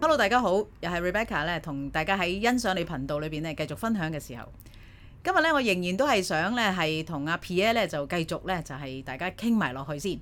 Hello，大家好，又係 Rebecca 咧，同大家喺欣賞你頻道裏邊咧繼續分享嘅時候，今日咧我仍然都係想咧係同阿 Pierre 咧就繼續咧就係、大家傾埋落去先。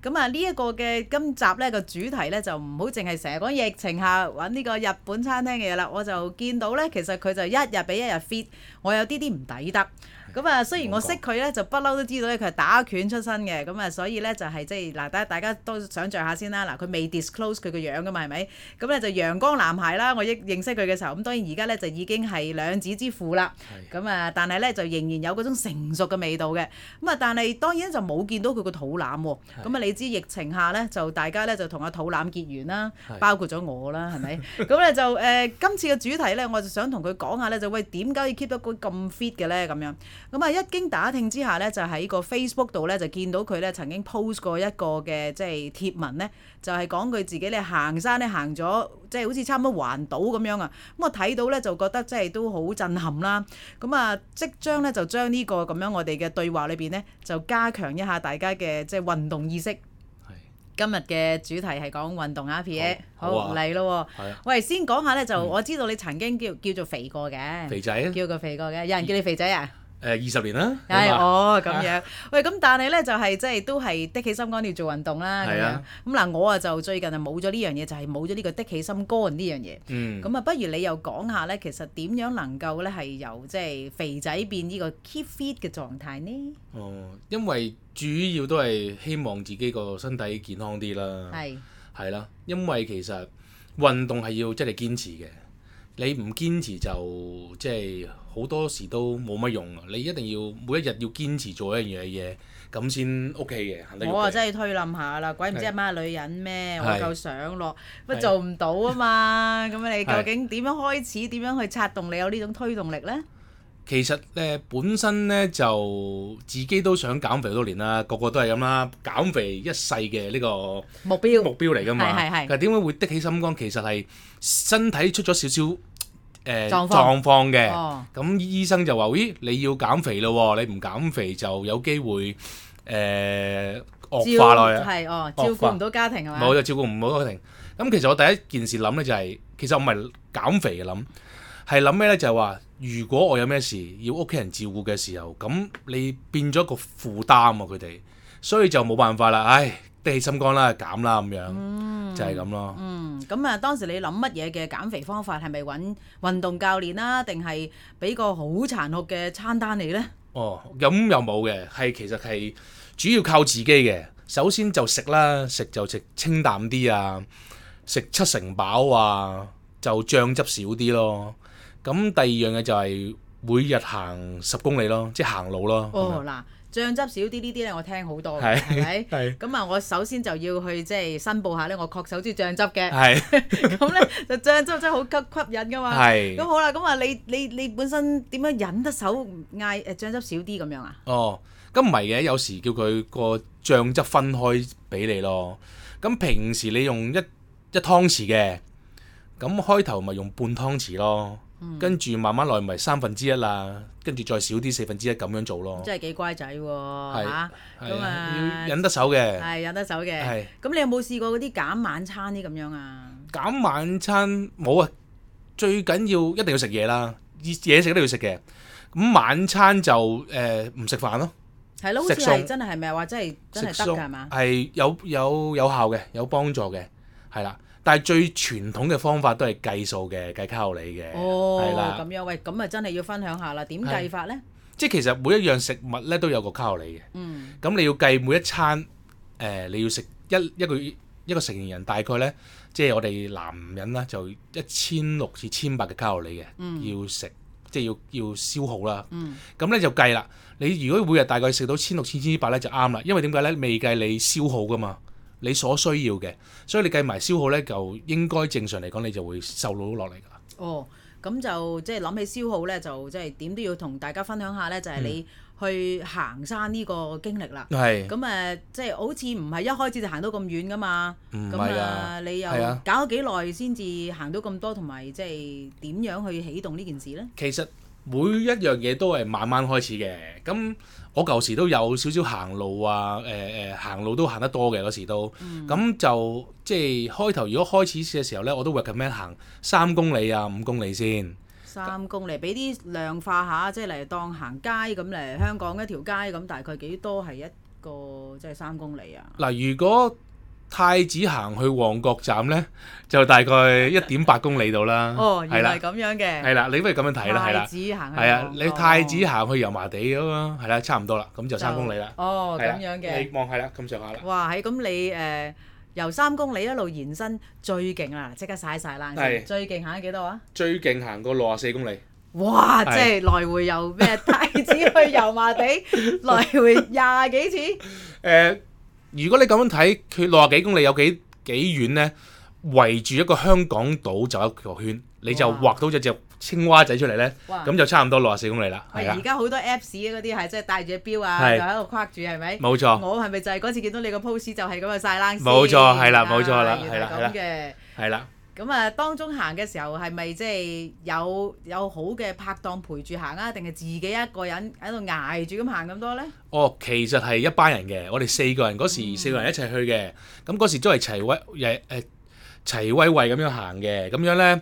咁啊呢一個嘅今集咧個主題咧就唔好淨係成日講疫情下揾呢個日本餐廳嘅嘢啦，我就見到咧其實佢就一日比一日 fit，我有啲啲唔抵得。咁啊，雖然我識佢咧，就不嬲都知道咧，佢係打拳出身嘅，咁啊，所以咧就係即係嗱，大大家都想像下先啦。嗱，佢未 disclose 佢個樣噶嘛，係咪？咁咧就陽光男孩啦，我亦認識佢嘅時候，咁當然而家咧就已經係兩子之父啦。咁啊，但係咧就仍然有嗰種成熟嘅味道嘅。咁啊，但係當然就冇見到佢個肚腩喎。咁啊，你知疫情下咧，就大家咧就同阿肚腩結緣啦係，包括咗我啦，係咪？咁咧就誒、呃今次嘅主題咧，我就想同佢講下咧，就喂點解要 keep 得佢咁 fit 嘅咧？咁樣咁啊，一經打聽之下咧，就喺個 Facebook 度咧就見到佢咧曾經 post 過一個嘅即係貼文咧，就係講佢自己咧行山咧行咗即係好似差唔多環島咁樣啊。咁我睇到咧就覺得即係都好震撼啦。咁啊，即將咧就將呢個咁樣我哋嘅對話裏邊咧，就加強一下大家嘅即係運動意識。係今日嘅主題係講運動啊，Pierre，好好好啊嚟咯喎。係啊，喂，先講下咧，就我知道你曾經叫叫做肥過嘅，肥仔啊，誒叫過肥過嘅，有人叫你肥仔 啊？二十年啦，係係嘛哦，咁樣。喂，咁但係咧就係即係都係的起心肝要做運動啦。咁係樣啊咁嗱，我啊就最近就冇咗呢樣嘢，就係冇咗呢個的起心肝呢樣嘢。嗯，咁啊，不如你又講下咧，其實點樣能夠咧係由即係肥仔變呢個 keep fit 嘅狀態呢？哦，因為主要都係希望自己個身體健康啲啦，係係啦，因為其實運動係要即係堅持嘅，你唔堅持就即係好多時都冇乜用啊！你一定要每一日要堅持做一樣嘢，咁先 OK 嘅，行得我啊 OK 真係推冧下啦，鬼唔知阿媽係女人咩？我係夠想落，乜係做唔到啊嘛？ 咁啊，你究係竟點樣開始？點樣去策動你有呢種推動力咧？其實咧，本身咧就自己都想減肥好多年啦，個個都係咁啦，減肥一世嘅呢個目標目標嚟㗎嘛。係係係但係點解會的起心肝？其實係身體出咗少少誒狀況狀況嘅。哦，咁、醫生就話：咦，你要減肥咯喎，你唔減肥就有機會誒、呃、惡化落照去啊。係哦，照惡化顧唔到家庭係嘛？冇就照顧唔好家庭。咁其實我第一件事諗咧就係、其實我唔係減肥嘅諗，係諗咩咧就係、話，如果我有咩事要屋企人照顧嘅時候，咁你變咗個負擔啊佢哋，所以就冇辦法啦，唉，的起心肝啦，減啦咁樣，就係咁咯。嗯，咁啊，當時你諗乜嘢嘅減肥方法？係咪揾運動教練啦、定係俾個好殘酷嘅餐單你咧？哦，咁又冇嘅，係其實係主要靠自己嘅。首先就食啦，食就食清淡啲啊，食七成飽啊，就醬汁少啲咯。咁第二樣嘢就係每日行十公里咯，即係行路咯。哦，嗱，醬汁少啲呢啲咧，我聽好多嘅，係係咪？ 係咁啊，我首先就要去即係申報下咧，我確實好中意醬汁嘅。係 咁咧就醬汁真係好吸吸引噶嘛。咁係好啦，咁啊，你你你本身點樣忍得手嗌誒醬汁少啲咁樣啊？哦，咁唔係嘅，有時叫佢個醬汁分開俾你咯。咁平時你用一一湯匙嘅，咁開頭咪用半湯匙咯，嗯跟住慢慢來咪三分之一啦，跟住再少啲四分之一咁樣做咯。真係幾乖仔喎哦係嚇，係咁啊要忍得手嘅。係忍得手嘅係。咁你有冇試過嗰啲減晚餐啲咁樣啊？減晚餐冇啊，最緊要一定要食嘢啦，熱嘢食都要食嘅。咁晚餐就誒唔食飯咯，係咯，好似食係餸真係係咪啊話真係真係食得素㗎係嘛？係有有有效嘅，有幫助嘅，係啦。但係最傳統嘅方法都係計數嘅，計卡路里嘅，係哦，啦、咁樣喂，咁啊真係要分享下啦，點係計法咧？即係其實每一樣食物咧都有個卡路里嘅。嗯，咁你要計每一餐，誒、呃你要食一一個一個成年人大概咧，即係我哋男人啦，就一千六至千八嘅卡路里嘅，要食，即係要要消耗啦。咁咧、就計啦，你如果每日大概食到千六千千八咧就啱啦，因為點解咧？未計你消耗噶嘛。你所需要嘅，所以你計埋消耗咧，就應該正常嚟講，你就會瘦到落嚟㗎啦。哦，咁就即係諗起消耗咧，就即係點都要同大家分享下咧，嗯就係你去行山呢個經歷啦。係，咁誒，即係好似唔係一開始就行到咁遠噶嘛？唔咁係啊，㗎，你又係啊搞咗幾耐先至行到咁多，同埋即係點樣去起動呢件事咧？其實每一樣嘢都係慢慢開始嘅，咁我舊時都有少少行路啊，誒、誒行路都行得多嘅嗰時都，咁、就即係開頭如果開始嘅時候咧，我都 recommend 行三公里啊五公里先，三公里，俾啲量化下，即係嚟當行街咁嚟香港一條街咁，大概幾多係一個即係三公里啊？嗱，如果太子行去旺角站咧，就大概一點八公里度啦。哦，嗯係原啦來，咁樣嘅，係啦，你不如咁樣睇啦，係太啦，子行去係啊，你太子行行去油麻地咁啊，係啦，差唔多啦，咁就三公里啦。哦，係咁啦樣嘅你。望係啦，咁上下啦。哇！係咁你誒、呃由三公里一路延伸最勁啦，即刻晒晒冷先係最勁行咗幾多啊？最勁行過六十四公里，哇！即係係來回由咩太 子去油麻地，來回廿幾次。誒，如果你咁樣睇，佢六十幾公里有幾幾遠咧？圍住一個香港島就一個圈，你就哇畫到只只青蛙仔出嚟咧，哇！咁就差唔多六十四公里啦，係喂啦而，家好多 Apps 嗰啲係即係戴住隻錶啊，係就喺度框住係咪？冇錯，我係咪就係嗰次見到你個 post 就係咁樣晒冷先？冇錯係啦冇錯啦啊原來係啦咁嘅。係啦。咁啊，當中行嘅時候係咪即係有有好嘅拍檔陪住行啊？定係自己一個人喺度捱住咁行咁多咧？哦，其實係一班人嘅，我哋四個人嗰嗯時四個人一齊去嘅，咁嗰時都係齊威誒誒齊威惠咁樣行嘅，咁樣咧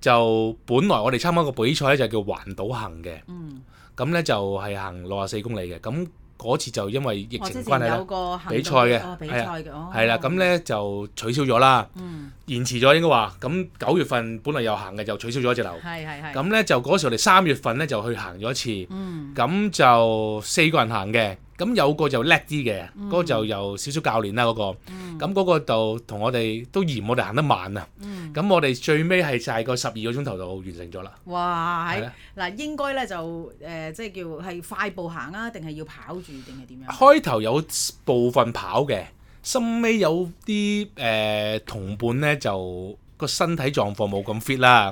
就本來我哋參加個比賽咧就叫環島行嘅，嗯。咁咧就係行六十四公里嘅，咁嗰次就因為疫哦情之關前係有咧，個行動比賽嘅哦比係賽啊嘅，哦，係啦，咁咧就取消咗啦，嗯，延遲咗應該話，咁九月份本來有行嘅就取消咗一隻樓，係係係，咁咧就嗰時我哋三月份咧就去行咗一次。嗯咁就四個人行嘅，咁有個就叻啲嘅，嗰、個就有少少教練啦嗰、嗯個，咁嗰個就同我哋都嫌我哋行得慢啊，嗯，咁我哋最尾係大概十二個鐘頭就完成咗啦，哇，係係啦，嗱，應該咧就誒，即係叫係快步行啊，定係要跑住定係點樣？啊開頭有部分跑嘅，深尾有啲誒、呃同伴呢就個身體狀況冇咁 fit 啦，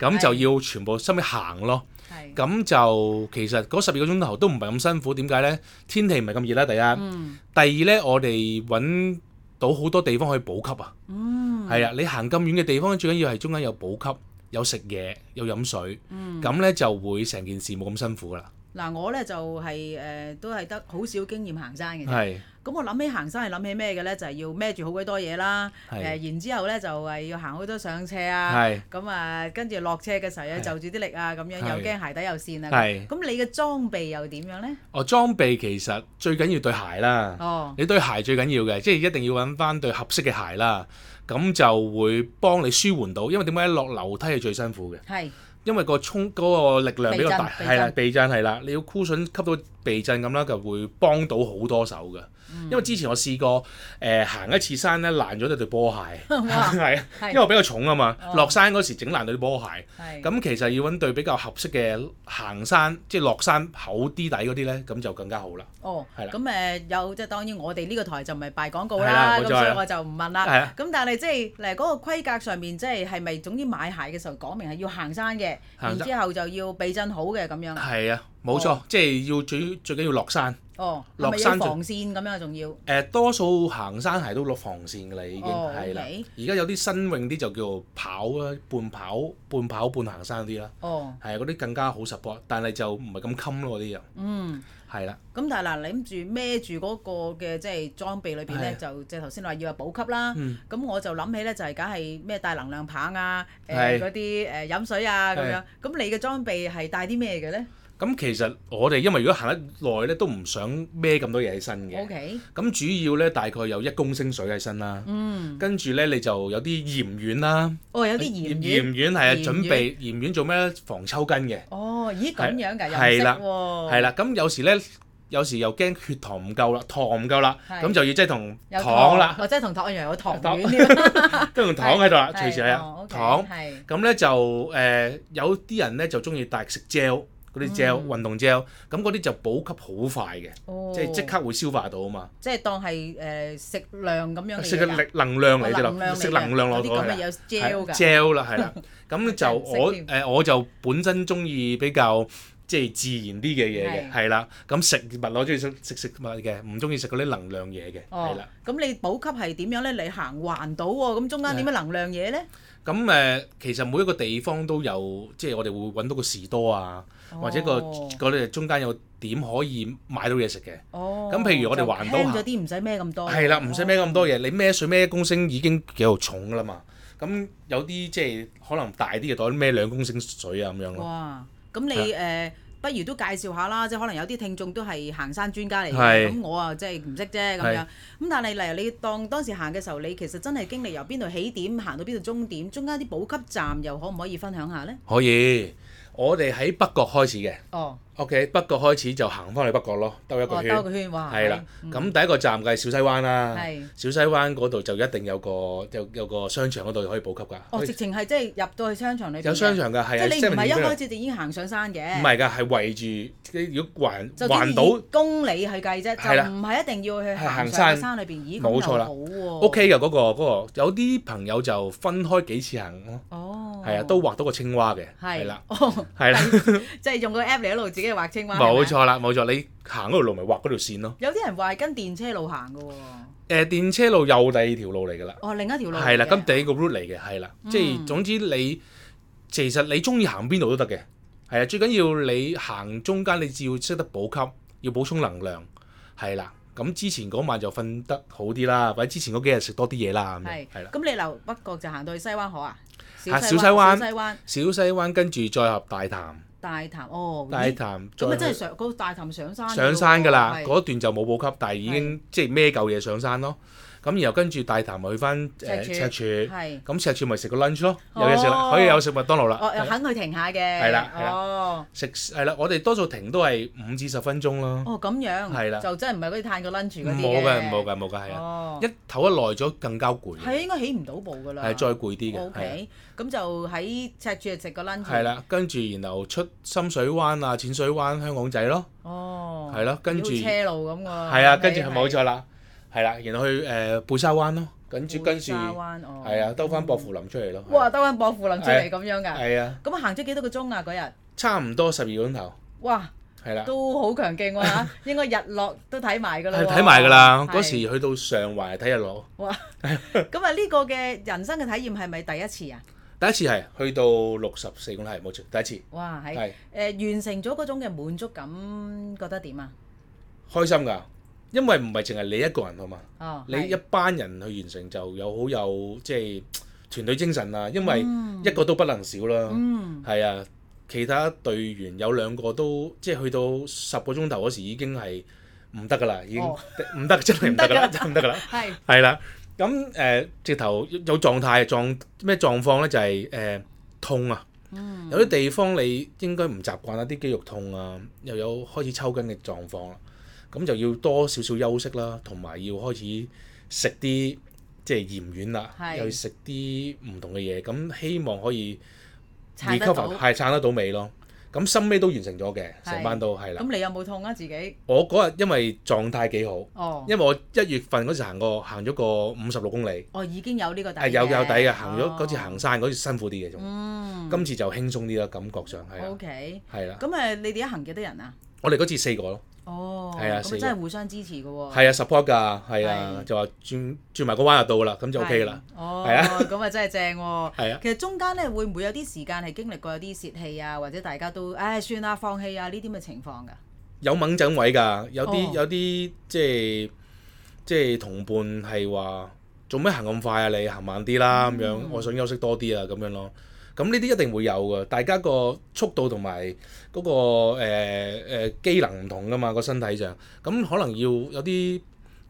咁就要全部深尾行咯。係，咁就其實嗰十二個鐘頭都唔係咁辛苦，點解呢？天氣唔係咁熱啦，第嗯一。第二呢，我哋揾到好多地方可以補給啊。嗯，係啊，你行咁遠嘅地方，最緊要係中間有補給、有食嘢、有飲水，嗯咁呢就會成件事冇咁辛苦啦。嗱，我咧就係誒，都係得好少經驗行山嘅啫。係咁我諗起行山係諗起咩嘅咧？就係要孭住好鬼多嘢啦，誒，係然之後咧就係要行好多上斜啊，係咁啊，跟住落車嘅時候又就住啲力啊，咁樣係又驚鞋底又跣啊。係。咁你嘅裝備又點樣咧？我哦裝備其實最緊要對鞋啦，哦，你對鞋最緊要嘅，即係一定要揾翻對合適嘅鞋啦，咁就會幫你舒緩到。因為點解落樓梯係最辛苦嘅？係。因為個衝嗰、個力量比較大，避震係啦，避震係啦，你要 cushion 吸到避震咁啦，就會幫到好多手嘅。嗯因為之前我試過誒、呃行一次山咧，爛咗對對 波鞋， 係啊，係因為我比較重啊嘛哦，落山嗰時整爛對波鞋，係咁其實要揾對比較合適嘅行山，即係落山厚啲底嗰啲咧，咁就更加好啦。哦，係啦咁誒有即係當然我哋呢個台就唔係賣廣告係啦，啦咁冇錯所係以啦我就唔問係啦啊。咁但係即係嗱嗰個規格上面，即係係咪總之買鞋嘅時候講明係要行山嘅，然行山之後就要避震好嘅咁樣。係啊，冇錯，即係要最最緊要落山。哦，係落咪要山就防線咁樣仲要？誒、多數行山鞋都落防線㗎啦，已經哦係啦 OK。而家有啲新穎啲就叫跑啦，半跑、半跑、半行山嗰啲啦，哦，係啊嗰啲更加好 support，但係就唔係咁襟咯嗰啲又嗯，係啦，咁但係嗱，你諗住孭住嗰個嘅即係裝備裏邊咧，係就即係頭先話要有補給啦。嗯咁我就諗起咧，就係梗係咩帶能量棒啊，誒係嗰啲誒飲水啊咁係樣。咁你嘅裝備係帶啲咩嘅咧咁其實我哋因為如果行得耐咧，都唔想孭咁多嘢喺身嘅。 ？OK，咁主要咧大概有一公升水喺身啦，嗯，跟住咧你就有啲鹽丸啦，哦，有啲鹽魚。鹽丸係啊，鹽準備鹽丸做咩咧？防抽筋嘅。哦，咦咁樣㗎，又唔係識啦喎，係啦，咁有時咧，有時又驚血糖唔夠啦，糖唔夠啦，係咁就要即係同有糖啦，或者同糖一樣有糖糖丸 添，都 用糖喺度啦，係隨時係啊哦，，OK，糖。係咁咧就誒、呃有啲人咧就中意帶食 gel 嗰嗯啲 gel 運動 gel，咁嗰啲就補給好快嘅，哦即係即，刻會消化到啊嘛，即係當係誒食量咁樣嘅嘢食嘅㗎力能量哦嚟啫能量啦，嚟食嘅能量落有去啲咁嘅啦有 gel 㗎， gel 啦，係啦， 咁就真係唔識我添誒我就本身中意比較。即係自然啲嘅嘢嘅，係係啦。咁食物我中意食食食物嘅，唔中意食嗰啲能量嘢嘅，係哦啦。，咁你補給係點樣咧？你行環島喎，咁中間點樣能量嘢咧？咁誒、呃其實每一個地方都有，即係我哋會揾到個士多啊，或者個哦我哋中間有點可以買到嘢食嘅。哦，咁譬如我哋環島就行輕咗啲，唔使孭咁多。係啦，唔使孭咁多嘢，你孭水孭一公升已經幾度重㗎啦嘛。咁有啲即係可能大啲嘅袋孭兩公升水啊咁樣咯。哇！咁你誒、不如都介紹下啦，即係可能有啲聽眾都係行山專家嚟嘅，係咁我啊即係唔識啫咁係樣。咁但係例如你當當時行嘅時候，你其實真係經歷由邊度起點行到邊度終點，中間啲補給站又可唔可以分享下呢？可以，我哋喺北角開始嘅哦， ，OK，北角開始就行翻去北角咯，兜一個哦，圈兜。個圈，哇！係啦，嗯咁第一個站嘅係小西灣啦係，小西灣嗰度就一定有個有有個商場嗰度可以補給㗎，哦，直情係即係入到去商場裏邊嘅有商，場㗎，係即啊係你唔係一 7-Eleven 開始就已經行上山嘅，唔係㗎，係圍住你如果環就環到島公里去計啫，係啦就唔係一定要去係行行上山去山裏邊。咦，冇咁錯又啦好喎。 OK 嘅嗰個嗰個，有啲朋友就分開幾次行咯，哦，係啊，都畫到個青蛙嘅，係係啦，， 哦，係啦，即係用個 app 嚟一路自己畫青蛙。冇係咪。啊錯啦，冇錯，你行嗰條路咪畫嗰條線咯，有啲人話係跟電車路行嘅喎，誒電車路又第二條路嚟㗎啦，哦，另一條路嚟嘅。係啦，咁第一個 route 嚟嘅，係嗯啦，即係總之你其實你中意行邊度都得嘅，係啊，最緊要你行中間你只要識得補給，要補充能量，係啦，咁之前嗰晚就瞓得好啲啦，或者之前嗰幾日食多啲嘢啦，咁樣係係啦。咁你留北角就行到去西灣河啊？啊小小西小灣西灣、小西灣跟住再合大潭，大潭，哦，大咦潭咁啊再真係上嗰個大潭上山嘅喎。上山㗎啦，係嗰段就冇補給，但係已經即係孭嚿嘢上山咯。咁然後跟住大潭咪去翻赤柱誒赤柱，係，哦咁赤柱咪食個 lunch 咯，有嘢食啦，可以有食麥當勞啦。哦，又肯去停下嘅。係啦係啦哦，食係啦，我哋多數停都係五至十分鐘咯。哦咁樣。係啦就真係唔係嗰啲嘆個 lunch 嗰啲冇嘅，冇嘅，冇嘅，係啦。哦一，唞一耐咗更加係攰，啊哦應該起唔到步㗎啦。係啊再攰啲嘅，係啊 OK，咁就喺赤柱就食個 lunch。係。啦。跟住然後出深水灣啊、淺水灣、香港仔咯，哦。係咯。跟住好似係車路咁喎。啊，跟住係係冇錯啦，係啦。然後去誒貝沙灣咯，跟住跟住沙灣哦，係啊，兜翻薄扶林出嚟咯。啊哇，兜緊薄扶林出嚟咁樣㗎，係啊，咁啊行咗幾多個鐘啊嗰日？差唔多十二個鐘頭，哇，係啦，都好強勁喎嚇，應該日落都睇埋㗎啦係喎。睇埋㗎啦。嗰係時去到上環睇日落， 哇，咁啊呢個嘅人生嘅體驗係咪第一次啊？第一次係去到六十四公里，係冇錯，第一次哇，係係誒完成咗嗰種嘅滿足感，覺得點啊？開心㗎，因為唔係淨係你一個人啊嘛。哦，你係一班人去完成就有好有即係團隊精神啦，因為一個都不能少啦。嗯係啊，其他隊員有兩個都即係去到十個鐘頭嗰時已經係唔得㗎啦，已經哦唔得真係唔得㗎啦，真係唔得㗎啦。係係啦，咁誒、呃直頭有狀態狀咩狀況咧？就係、呃痛啊！嗯有啲地方你應該唔習慣啦，啲肌肉痛啊，又有開始抽筋嘅狀況啦，咁就要多少少休息啦，同埋要開始食啲即係鹽丸啦，係又要食啲唔同嘅嘢，咁希望可以撐得到 recover 係撐得到尾咯。咁深尾都完成咗嘅，成係班都係啦。咁你有冇痛啊自己？我嗰日因為狀態幾好，哦因為我一月份嗰時行過行咗個五十六公里。哦已經有呢個底係有有底嘅，行咗哦嗰次行山嗰次辛苦啲嘅，仲嗯今次就輕鬆啲啦，感覺上係啦， OK，係啊啦。咁誒你哋一行幾多人啊？我哋嗰次四個咯，哦，係啊咁四個真係互相支持嘅喎。係啊 support 㗎，係啊哦係，就話轉轉埋個彎就到啦，咁就 OK 㗎啦，係。哦，係啊咁啊真係正喎。係啊。其實中間咧會唔會有啲時間係經歷過有啲泄氣啊，或者大家都唉算啦放棄啊呢啲咁嘅情況㗎？有掹整位㗎，有啲哦有啲即係即係同伴係話做咩行咁快啊？你行慢啲啦嗯咁樣，我想休息多啲啊咁樣咯。咁呢啲一定會有㗎，大家個速度同埋嗰個誒誒、機能唔同㗎嘛，個身體上咁可能要有啲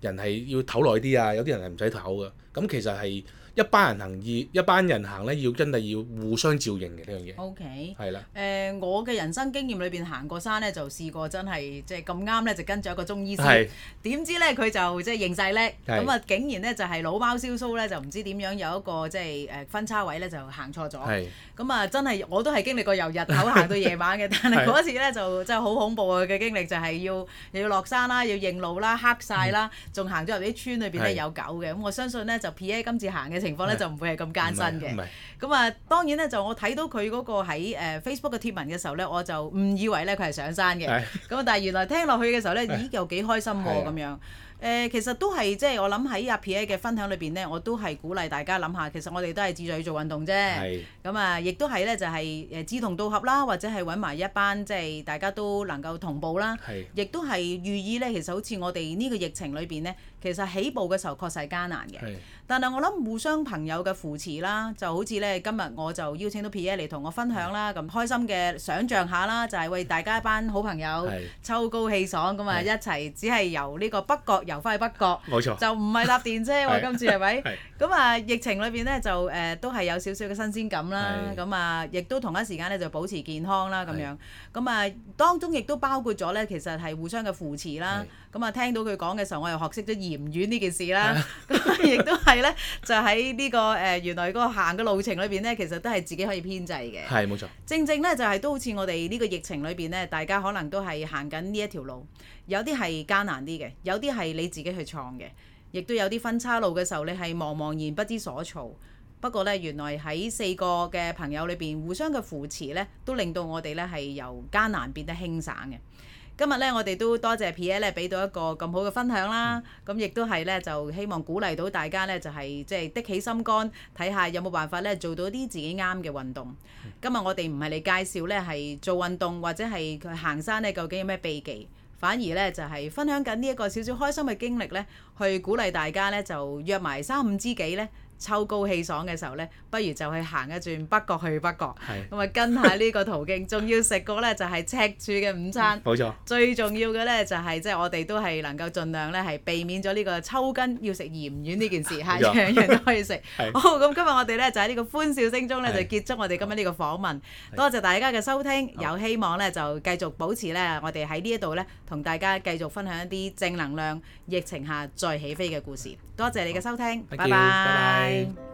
人係要唞耐啲啊，有啲人係唔使唞㗎。咁其實係一班人行意，一班人行咧要真係要互相照應嘅呢樣嘢， O K。係啦。誒、我嘅人生經驗裏邊行過山咧，就試過真係即係咁啱咧，就跟咗一個中醫師係。點知咧佢就即係認晒叻，咁啊竟然咧就係老貓燒鬚咧，就唔知點樣有一個即係誒分叉位咧就行錯咗。係咁啊，真係我都係經歷過由日頭行到夜晚嘅，但係 係嗰次咧就真係好恐怖啊嘅經歷，就係要又要落山啦，要認路啦，黑晒啦，仲行咗入啲村裏邊咧嗯係有狗嘅，咁我相信咧就 P.A. 今次行嘅情況咧係就唔會係咁艱辛唔係唔嘅。係咁啊，當然咧就我睇到佢嗰個喺誒 Facebook 嘅貼文嘅時候咧，我就誤以為咧佢係上山嘅，係 咁啊但係原來聽落去嘅時候咧，咦又幾開心喎係啊咁樣。誒、誒，其實都係即係我諗喺阿 Pierre 嘅分享裏邊咧，我都係鼓勵大家諗下，其實我哋都係志在去做運動啫。係咁啊，亦都係咧就係誒志同道合啦，或者係揾埋一班即係大家都能夠同步啦。係亦都係寓意咧，其實好似我哋呢個疫情裏邊咧，其實起步嘅時候確實係艱難嘅。係但係我諗互相朋友嘅扶持啦，就好似咧今日我就邀請到 Pierre 嚟同我分享啦，咁開心嘅想像下啦，就係、為大家一班好朋友係秋高氣爽咁啊，係一齊只係由呢個北角遊翻去北角。冇錯，就唔係搭電車喎，係今次係咪？係咁啊，疫情裏邊咧就誒、呃都係有少少嘅新鮮感啦，係咁啊，亦都同一時間咧就保持健康啦咁係樣，咁啊當中亦都包括咗咧，其實係互相嘅扶持啦。咁啊，聽到佢講嘅時候，我又學識咗言語呢件事 啦。咁啊亦都係咧，就喺呢、個誒、呃原來個行嘅路程裏邊咧，其實都係自己可以編制嘅。係冇錯，正正咧就係、都好似我哋呢個疫情裏邊咧，大家可能都係行緊呢一條路，有啲係艱難啲嘅，有啲係你自己去創嘅，亦都有啲分岔路嘅時候，你係茫茫然不知所措。不過咧，原來喺四個嘅朋友裏邊，互相嘅扶持咧，都令到我哋咧係由艱難變得輕省嘅。今日咧，我哋都多謝 Pierre 咧，俾到一個咁好嘅分享啦。咁亦都係咧，就希望鼓勵到大家咧，就係即係的起心肝，睇下有冇辦法咧做到啲自己啱嘅運動。今日我哋唔係嚟介紹咧，係做運動或者係佢行山咧，究竟有咩秘技？反而咧就係、分享緊呢一個少少開心嘅經歷咧，去鼓勵大家咧就約埋三五知己咧，秋高氣爽嘅時候咧，不如就去行一轉北角去北角，係咁啊跟下呢個途徑，仲要食過咧就係、赤柱嘅午餐。冇錯，最重要嘅咧就係即係我哋都係能夠盡量咧係避免咗呢個抽筋要食鹽丸呢件 事，係冇錯樣樣都可以食。 係好，咁今日我哋咧就喺呢個歡笑聲中咧係就結束我哋今日呢個訪問。係多謝大家嘅收聽，好有希望咧就繼續保持咧我哋喺呢一度咧同大家繼續分享一啲正能量，疫情下再起飛嘅故事。多謝你嘅收聽， Thank 拜 you，拜拜拜。